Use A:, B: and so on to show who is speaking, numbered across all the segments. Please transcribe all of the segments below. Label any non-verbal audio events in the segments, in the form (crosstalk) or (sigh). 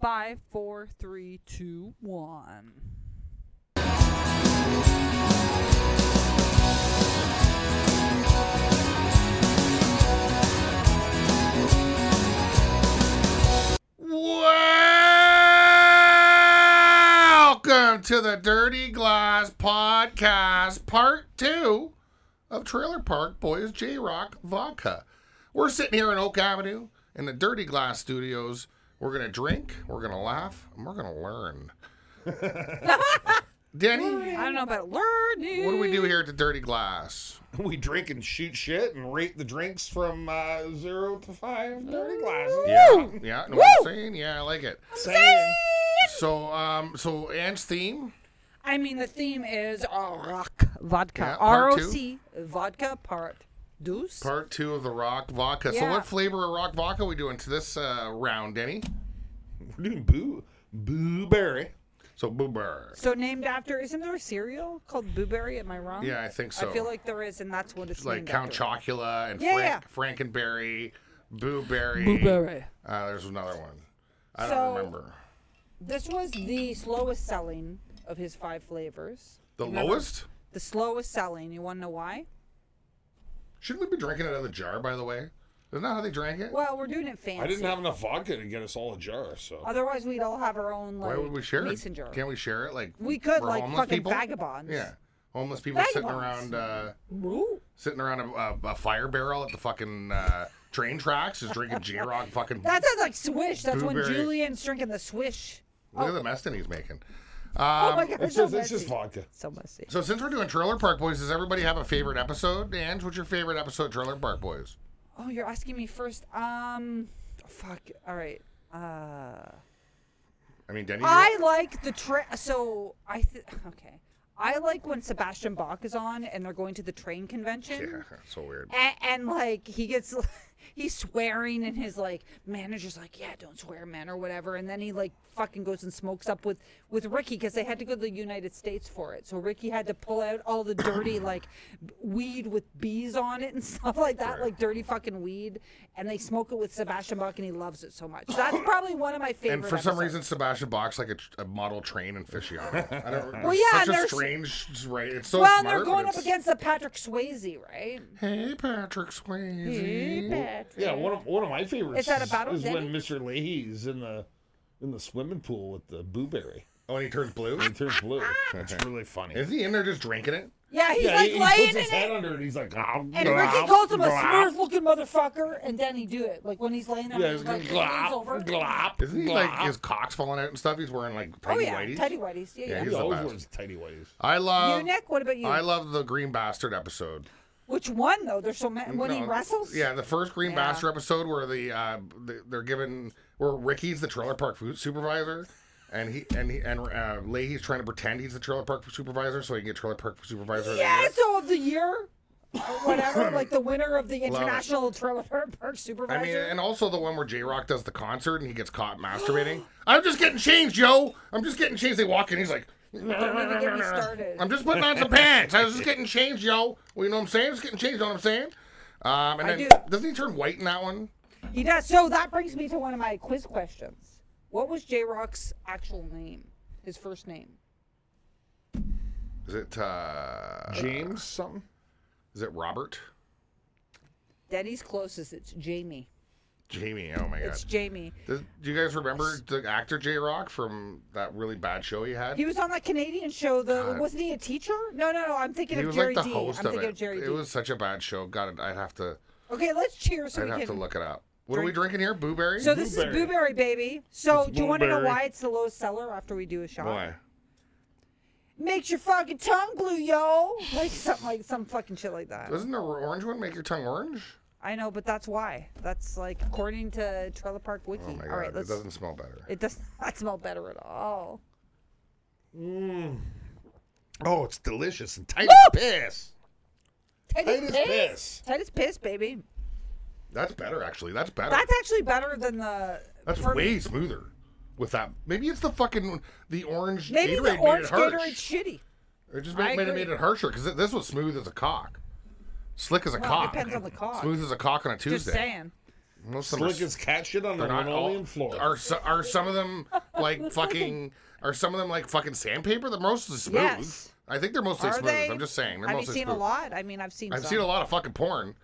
A: Five, four, three, two, one.
B: Welcome to the Dirty Glass Podcast, part two of Trailer Park Boys J Rock Vodka. We're sitting here in Oak Avenue in the Dirty Glass Studios. We're going to drink, we're going to laugh, and we're going to learn. Denny,
A: I don't know about learning.
B: what do we do here at the Dirty Glass?
C: (laughs) We drink and shoot shit and rate the drinks from uh, zero to five dirty
A: Mm,
C: glasses.
B: Yeah, yeah, know what I'm
A: Woo!
B: saying? Yeah, I like it.
C: Saying.
B: So, um, so Anne's theme,
A: I mean, the theme is uh, rock vodka.
B: Yeah, part
A: ROC vodka part deuce.
B: part two of the rock vodka. So,
A: Yeah.
B: what flavor of rock vodka are we doing to this uh, round, Denny?
C: We're doing boo boo berry.
B: So, boober.
A: so named after, isn't there a cereal called Blueberry? Am I wrong?
B: Yeah, I think so.
A: I feel like there is, and that's what it's
B: like
A: named
B: Count
A: after.
B: Chocula and
A: Yeah,
B: Frank, Frankenberry, Boo Berry.
A: Blueberry.
B: Uh, there's another one. I
A: So-
B: don't remember.
A: This was the slowest selling of his five flavors.
B: The lowest?
A: The slowest selling. You want to know why?
B: Shouldn't we be drinking it out of the jar, by the way? Isn't that how they drank it?
A: Well, we're doing it fancy.
C: I didn't have enough vodka to get us all a jar, so
A: Otherwise, we'd all have our own
B: Why
A: like
B: would we share
A: mason jar.
B: it? Can't we share it? Like
A: We could,
B: we're
A: like,
B: homeless
A: fucking
B: people?
A: vagabonds.
B: Yeah, homeless people
A: Vagabonds.
B: sitting around, uh,
A: Ooh.
B: sitting around a, a, a fire barrel at the fucking uh, train tracks, just
A: (laughs)
B: drinking J Rock. Fucking
A: That sounds like swish. That's when
B: Blueberry.
A: Julian's drinking the swish.
B: look at the mess that he's making. Um,
A: oh my god,
C: it's
A: so
C: just it's just
A: messy.
C: vodka.
A: So messy.
B: So since we're doing Trailer Park Boys, does everybody have a favorite episode? Ange, what's your favorite episode of Trailer Park Boys?
A: Oh, you're asking me first. Um, fuck. All right. Uh,
B: I mean, Denny.
A: I like the tra So I th- okay. I like when Sebastian Bach is on and they're going to the train convention.
B: Yeah, so weird.
A: and, and like he gets (laughs) he's swearing and his like manager's like yeah don't swear man or whatever and then he like fucking goes and smokes up with with ricky because they had to go to the united states for it so ricky had to pull out all the dirty like b- weed with bees on it and stuff like that like dirty fucking weed and they smoke it with sebastian bach and he loves it so much that's probably one of my favorite
B: And for some
A: episodes.
B: reason, Sebastian Bach's like a, tr- a model train aficionado.
A: (laughs)
B: I don't.
A: Well, yeah,
B: such
A: and
B: a
A: there's-
B: strange. Right, it's so
A: well, and
B: smart.
A: they're
B: but
A: going up
B: it's-
A: against the Patrick Swayze, right?
B: Hey, Patrick Swayze.
A: Patrick.
C: Yeah, one of one of my favorites
A: Is that a battle,
C: is when
A: Denny?
C: Mr. Leahy's in the in the swimming pool with the boo berry.
B: Oh, and he turns blue.
C: It turns blue.
A: (laughs)
C: That's really funny.
B: Is he in there just drinking it?
A: Yeah, he's
C: yeah,
A: like
C: he, he
A: laying
C: puts his
A: in it.
C: head under it. He's like,
A: And Ricky calls him a smurf looking motherfucker, and then he do it. Like when he's laying there,
C: Yeah,
A: he's
C: he's
A: like,
C: going
A: his legs over.
C: glop, glop.
B: Isn't he
C: glop.
B: like his cock's falling out and stuff? He's wearing like
A: oh
B: tidy
A: yeah,
B: whiteies.
A: Teddy Whitey's. Yeah,
B: Yeah,
A: yeah.
B: he's
C: He
B: the
C: always
B: best.
C: wears tidy whities.
B: I love.
A: you, Nick, what about you?
B: I love the Green Bastard episode.
A: Which one though? There's so many. When he
B: No,
A: wrestles.
B: Yeah, the first Green
A: Yeah.
B: Bastard episode where the uh, the- they're given where Ricky's the trailer park food supervisor, and he and he, and uh, Leahy's trying to pretend he's the trailer park supervisor so he can get trailer park supervisor. of the
A: Yeah.
B: year.
A: So of the year, or
B: (laughs)
A: whatever, like the winner of the
B: it.
A: international trailer (laughs) park supervisor.
B: I mean, and also the one where J Rock does the concert and he gets caught masturbating. I'm just getting changed, yo. I'm just getting changed. They walk in, he's like,
A: Don't even get me started.
B: I'm just putting on some pants. I was just getting changed, yo. Well, you know what I'm saying? Just getting changed. You know what I'm saying? Um,
A: I
B: and then
A: do.
B: doesn't he turn white in that one?
A: He does. So that brings me to one of my quiz questions. What was J Rock's actual name? His first name.
B: Is it uh,
C: James something?
B: Is it Robert?
A: Denny's closest. It's Jamie.
B: Jamie. Oh my god.
A: It's Jamie.
B: Does, do you guys remember the actor J Rock from that really bad show he had?
A: He was on that Canadian show. The wasn't he a teacher? No, no, no. I'm thinking
B: He
A: of
B: was
A: Jerry
B: like the
A: D.
B: host
A: I'm
B: of
A: thinking
B: it.
A: of Jerry D.
B: it was such a bad show. God, I'd have to,
A: Okay, let's cheer so
B: I'd
A: we
B: have to
A: can.
B: look it up. What are we drinking here? Blueberry.
A: So this is
C: Blueberry.
A: blueberry, baby. So
C: It's
A: do you want to know
C: blueberry.
A: why it's the lowest seller after we do a shot?
B: Why?
A: Makes your fucking tongue blue, yo. Like something like some fucking shit like that.
B: Doesn't the orange one make your tongue orange?
A: I know, but that's why. That's like according to Trailer Park Wiki.
B: Oh my god,
A: All right,
B: it
A: let's.
B: doesn't smell better.
A: It does not (laughs) smell better at all.
C: Oh, it's delicious and tight as piss. Tight
A: Titus
C: as
A: piss.
C: piss.
A: Titus piss, baby.
B: That's better actually. That's better.
A: That's actually better than the.
B: That's
A: for-
B: way smoother. With that, maybe it's the fucking the orange
A: Maybe
B: Gatorade
A: the orange
B: made it harsh.
A: Gatorade's shitty.
B: It just
A: I
B: made, made it
A: agree.
B: made it harsher because this was smooth as a cock, slick as a
A: Well, it
B: cock.
A: depends on the cock.
B: Smooth as a cock on a Tuesday.
A: Just saying.
B: Most of them are
C: Slick as cat shit on the
B: They're not all-
C: linoleum floor.
B: Are so- are some of
A: (laughs)
B: them like fucking? Are some of them like fucking sandpaper? They're mostly smooth.
A: Yes.
B: I think they're mostly
A: Are
B: smooth.
A: they?
B: I'm just saying. They're
A: Have you
B: mostly
A: seen
B: smooth.
A: a lot? I mean, I've seen.
B: I've
A: some.
B: seen a lot of fucking porn,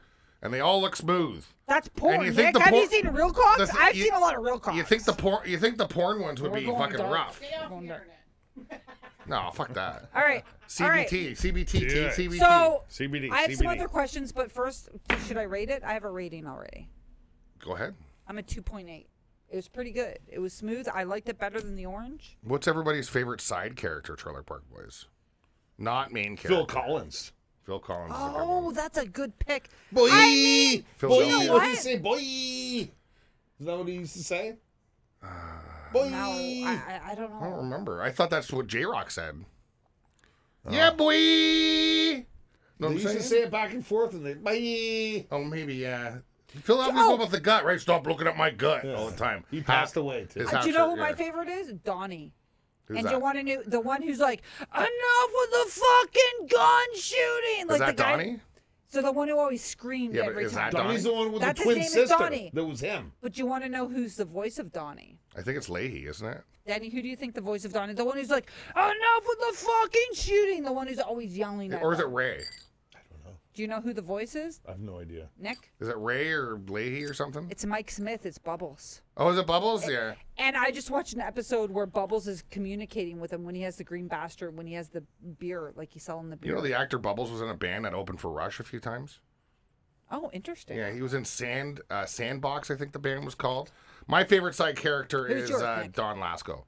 B: and they all look smooth.
A: That's porn.
B: you
A: Nick.
B: think the
A: Have you
B: por-
A: seen real cocks?
B: the th-
A: I've
B: you-
A: seen a lot of real cocks.
B: You think the porn? You think the porn ones would be
A: going
B: fucking
A: dark.
B: rough?
D: Get off the
A: Going back.
D: internet.
B: No, fuck that.
A: All right. All right.
B: CBT, CBT,
C: Yeah.
B: CBT.
A: So
C: CBD.
A: I have some
C: CBD.
A: other questions, but first, should I rate it? I have a rating already.
B: Go ahead.
A: I'm a 2.8. It was pretty good. It was smooth. I liked it better than the orange.
B: What's everybody's favorite side character? Trailer Park Boys. Not main character.
C: Phil Collins.
B: Phil Collins. is a good
A: Oh,
B: one.
A: that's a good pick.
C: Boy,
A: I mean,
B: Phil
C: boy,
B: Collins.
C: what did he
A: What?
C: say? Boy, is that what he used to say? boy,
A: Uh, No, I, I, I don't
B: I don't
A: know.
B: remember. I thought that's what J Rock said. Yeah, boy. Know
C: Uh. they
B: what I'm
C: used
B: saying?
C: to say it back and forth, and they boy.
B: oh, maybe yeah. Philadelphia's
A: Oh.
B: one with the gut, right? Stop looking at my gut all the time.
C: He passed
B: Ha-
C: away too.
B: His
A: Uh,
B: half
A: Do you know
B: shirt,
A: who my
B: yeah.
A: favorite is? Donnie.
B: Who's
A: and
B: that?
A: you want to know the one who's like, enough with the fucking gun shooting. Like
B: Is that
A: the guy,
B: Donnie?
A: So the one who always screamed
B: Yeah, but
A: every
B: is
A: time.
B: that Donnie?
C: Donnie's the one with
A: That's his
C: the twin
A: name is
C: sister.
A: Donnie.
C: That was him.
A: But you want to know who's the voice of Donnie?
B: I think it's Leahy, isn't it?
A: Danny, who do you think the voice of Donnie? The one who's like, enough with the fucking shooting. The one who's always yelling at.
B: Or is it
A: them.
B: Ray?
C: I don't know.
A: Do you know who the voice is,
C: I have no idea.
A: Nick?
B: Is it Ray or Leahy or something?
A: It's Mike Smith. It's Bubbles.
B: Oh, is it Bubbles? yeah.
A: And I just watched an episode where Bubbles is communicating with him when he has the green bastard, when he has the beer, like he's selling the
B: You
A: beer.
B: know the actor Bubbles was in a band that opened for Rush a few times.
A: oh, interesting.
B: Yeah, he was in Sand uh, Sandbox, I think the band was called. My favorite side character
A: Who's
B: is
A: yours,
B: uh,
A: Nick?
B: Don Lasco,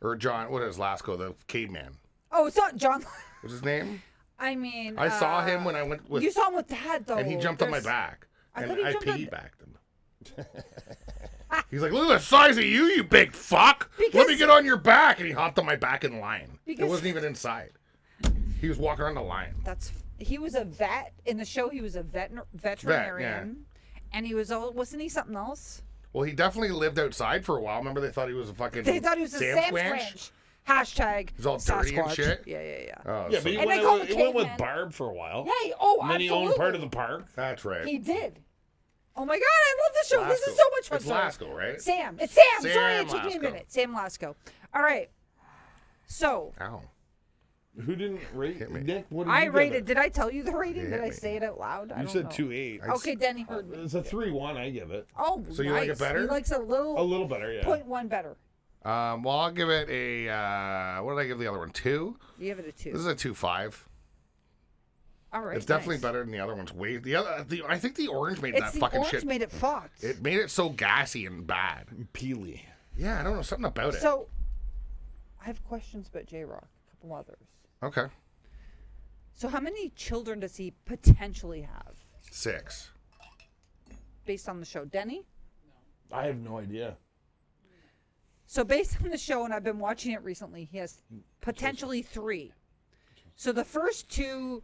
B: or John. What is Lasco? The caveman.
A: Oh, it's not John.
B: What's his name?
A: (laughs) I mean,
B: I saw
A: uh,
B: him when I went with,
A: you saw him with Dad though,
B: and he jumped on my
A: There's-
B: back,
A: I
B: and
A: thought he
B: I
A: jumped on-
B: piggybacked him. (laughs) He's like, "Look at the size of you, you big fuck! Let me
A: Because-
B: get on your back!" And he hopped on my back in line.
A: Because-
B: It wasn't even inside. He was walking around the line.
A: That's he was a vet in the show. He was a veter- veterinarian, and he was all wasn't he something else?
B: Well, he definitely lived outside for a while. Remember, they thought he was a fucking
A: They thought he was a
B: Sam
A: Sam Squanch. Hashtag.
B: He's all dirty and
A: Sasquatch.
B: shit?
A: Yeah, yeah, yeah.
B: Oh,
C: Yeah,
B: so-
C: but he,
A: And
C: went,
A: they call
C: out
A: him
C: with,
A: a
C: he went with
A: caveman.
C: Barb for a while.
A: Hey, oh,
C: and then he owned part of the
A: absolutely.
C: park.
B: that's right.
A: He did. Oh my god, I love this show. This is so much fun.
B: It's
A: Sorry.
B: Lasco, right?
A: Sam. It's Sam. Sorry,
B: Sam
A: it took me a
B: Lasco.
A: minute. Sam Lasco. All right. So
B: Ow.
C: Who didn't rate
B: Hit me.
C: Nick? What did
A: I
C: you give
A: rated.
C: it?
A: Did I tell you the rating? Did I
B: me.
A: say it out loud? I
C: You
A: don't
C: said
A: know.
C: two eight.
A: Okay, Denny heard me.
C: It's a three one. I give it
A: Oh,
B: So you like it
A: nice.
B: better?
A: He likes a little,
C: a little better. Yeah.
A: point one better.
B: Um, well, I'll give it a. Uh, what did I give the other one? Two.
A: You give it a two.
B: This is a two-five.
A: All right.
B: it's definitely
A: nice.
B: better than the other one's. Way the other. The, I think the orange made
A: It's
B: that
A: the
B: fucking
A: orange
B: shit.
A: made it fucked.
B: it made it so gassy and bad.
C: Peely.
B: Yeah, I don't know something about it.
A: so I have questions about J Rock, a couple others.
B: okay,
A: So how many children does he potentially have
B: six.
A: based on the show? Denny?
C: I have no idea.
A: So based on the show, and I've been watching it recently, he has potentially three. So the first two,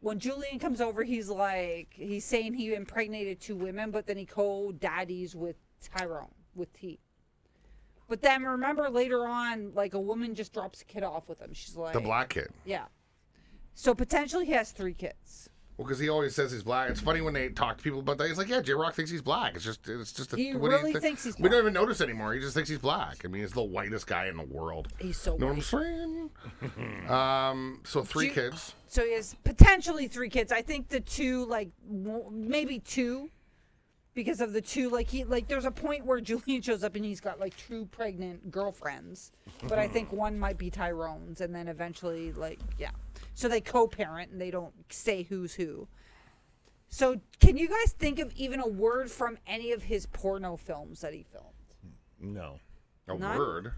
A: when Julian comes over, he's like he's saying he impregnated two women, but then he co-daddies with Tyrone with T. But then remember later on, like a woman just drops a kid off with him. She's like
B: The black kid.
A: Yeah. So potentially he has three kids.
B: Well, because he always says he's black. It's funny when they talk to people about that. He's like, "Yeah, J Rock thinks he's black." It's just, it's just. A,
A: He
B: what do you
A: really
B: thi-
A: thinks he's
B: We don't
A: black.
B: even notice anymore. He just thinks he's black. I mean, he's the whitest guy in the world.
A: He's so
B: Know what
A: white.
B: I'm saying? (laughs) um, so three
A: Ju-
B: kids.
A: So he has potentially three kids. I think the two, like w- maybe two, because of the two, like he, like there's a point where (laughs) Julian shows up and he's got like two pregnant girlfriends, but I think one might be Tyrone's, and then eventually, like yeah, so they co-parent and they don't say who's who. So can you guys think of even a word from any of his porno films that he filmed?
C: No.
B: A
A: None?
B: word.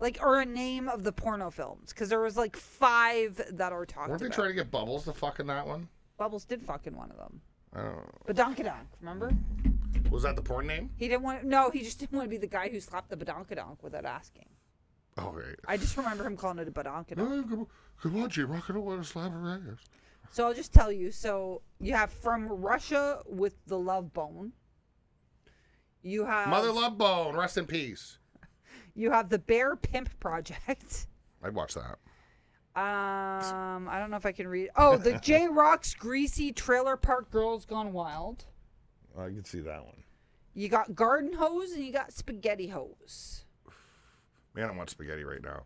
A: Like, or a name of the porno films, because there was like five that are talked
B: Weren't they
A: about.
B: trying to get Bubbles to fuck in that one?
A: Bubbles did fuck in one of them.
B: I don't know.
A: Badonkadonk, remember?
B: Was that the porn name?
A: He didn't want. No, he just didn't want to be the guy who slapped the badonkadonk without asking.
B: Oh, right.
A: I just remember him calling it a badonkadonk.
B: Oh, Come come on, J Rock. I don't want to slap her ass.
A: So I'll just tell you. So you have from Russia with the love bone. You have
B: Mother Love Bone, rest in peace.
A: You have the Bear Pimp Project. (laughs)
B: I'd watch that.
A: Um, I don't know if I can read. Oh, the J Rock's Greasy Trailer Park Girls Gone Wild.
C: I can see that one.
A: You got garden hose and you got spaghetti hose.
B: Man, I want spaghetti right now.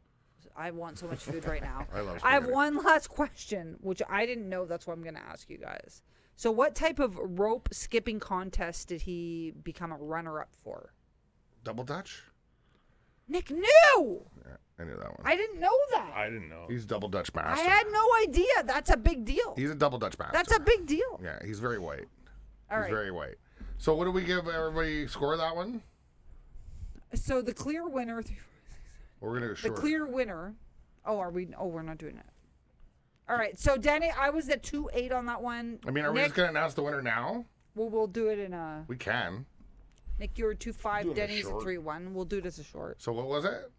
A: I want so much food right now.
B: (laughs) I love
A: I have
B: spaghetti.
A: one last question, which I didn't know. That's what I'm going to ask you guys. So, what type of rope skipping contest did he become a runner up for?
B: Double Dutch?
A: Nick knew.
B: Yeah, I knew that one.
A: I didn't know that.
C: I didn't know.
B: He's double Dutch
A: I
B: master.
A: had no idea. That's a big deal.
B: He's a double Dutch master.
A: That's a big deal.
B: Yeah, he's very white.
A: All
B: He's
A: right.
B: very white. So what do we give everybody score that one?
A: So the clear winner, (laughs) th-
B: We're gonna go
A: the
B: short.
A: clear winner. Oh, are we? Oh, we're not doing it. All right. So Danny, I was at two eight on that one.
B: I mean, are we
A: Nick,
B: just gonna announce the winner now?
A: Well, we'll do it in a.
B: We can.
A: Nick, you were two five.
C: Doing a
A: Denny's a
C: short.
A: three one. We'll do it as a short.
B: So what was it?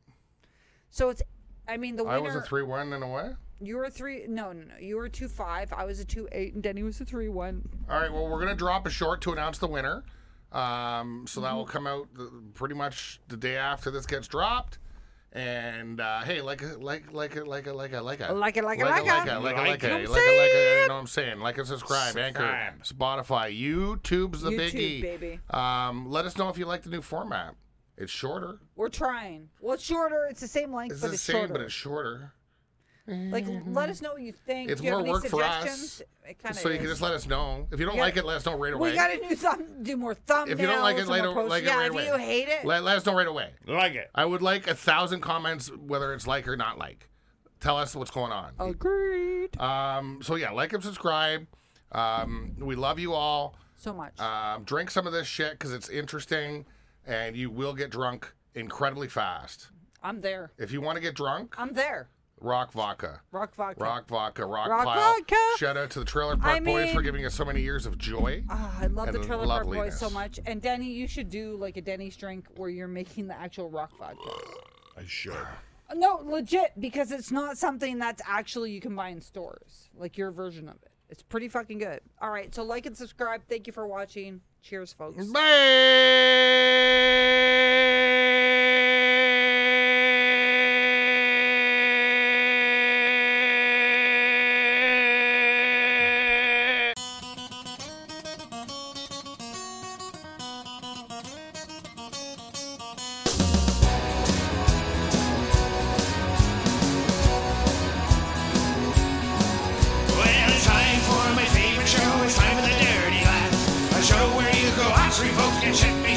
A: So it's. I mean, the winner.
B: I was a three one and a what?
A: You were three. No, no, no. You were two five. I was a two eight, and Denny was a three one.
B: All right. Well, we're gonna drop a short to announce the winner. Um, so
A: Mm-hmm.
B: that will come out the, pretty much the day after this gets dropped. And uh, hey, like a like like a like a like a like a
A: Like it, like it,
B: like a like
A: like
B: a
A: it.
B: like a like a
A: know
B: like a
C: You
B: like
A: what I'm
B: a. You know what I'm saying? Like and subscribe, anchor,
C: Subscribe.
B: Spotify, YouTube's the
A: YouTube,
B: biggie.
A: baby.
B: Um, let us know if you like the new format. It's shorter.
A: We're trying. Well, it's shorter. It's the same length,
B: It's
A: but
B: the
A: it's
B: same,
A: shorter.
B: but it's shorter.
A: Like, let us know what you think.
B: It's
A: Do you have
B: more
A: any
B: work for us,
A: suggestions? It kind of
B: So you can just let us know if you don't
A: Yeah.
B: like it. Let us know right away.
A: We got to do some, do more thumbnails.
B: if you don't like it,
A: and
B: like,
A: more posts.
B: like it
A: yeah,
B: right
A: if
B: away.
A: you hate it,
B: Let, let us know right away.
C: Like it.
B: I would like a thousand comments, whether it's like or not like. Tell us what's going on.
A: Oh. agreed.
B: Um, so yeah, like and subscribe. Um, we love you all.
A: So much.
B: Um, drink some of this shit because it's interesting, and you will get drunk incredibly fast.
A: I'm there.
B: If you want to get drunk,
A: I'm there.
B: rock vodka.
A: Rock vodka.
B: Rock vodka, rock,
A: Rock
B: pile.
A: vodka.
B: Shout out to the Trailer Park
A: I
B: Boys for
A: mean-
B: giving us so many years of joy.
A: Ah, I love the
B: and
A: Trailer Park Boys so
B: loveliness.
A: much. And Denny, you should do like a Denny's drink where you're making the actual rock vodka.
C: I should.
A: No, legit, because it's not something that's actually you can buy in stores. Like your version of it. It's pretty fucking good. All right, so like and subscribe. Thank you for watching. Cheers, folks.
B: Bye.
D: Well, it's time for my favorite show. It's time for the Dirty Laugh. A show where you go out, three folks can shit, be Oh,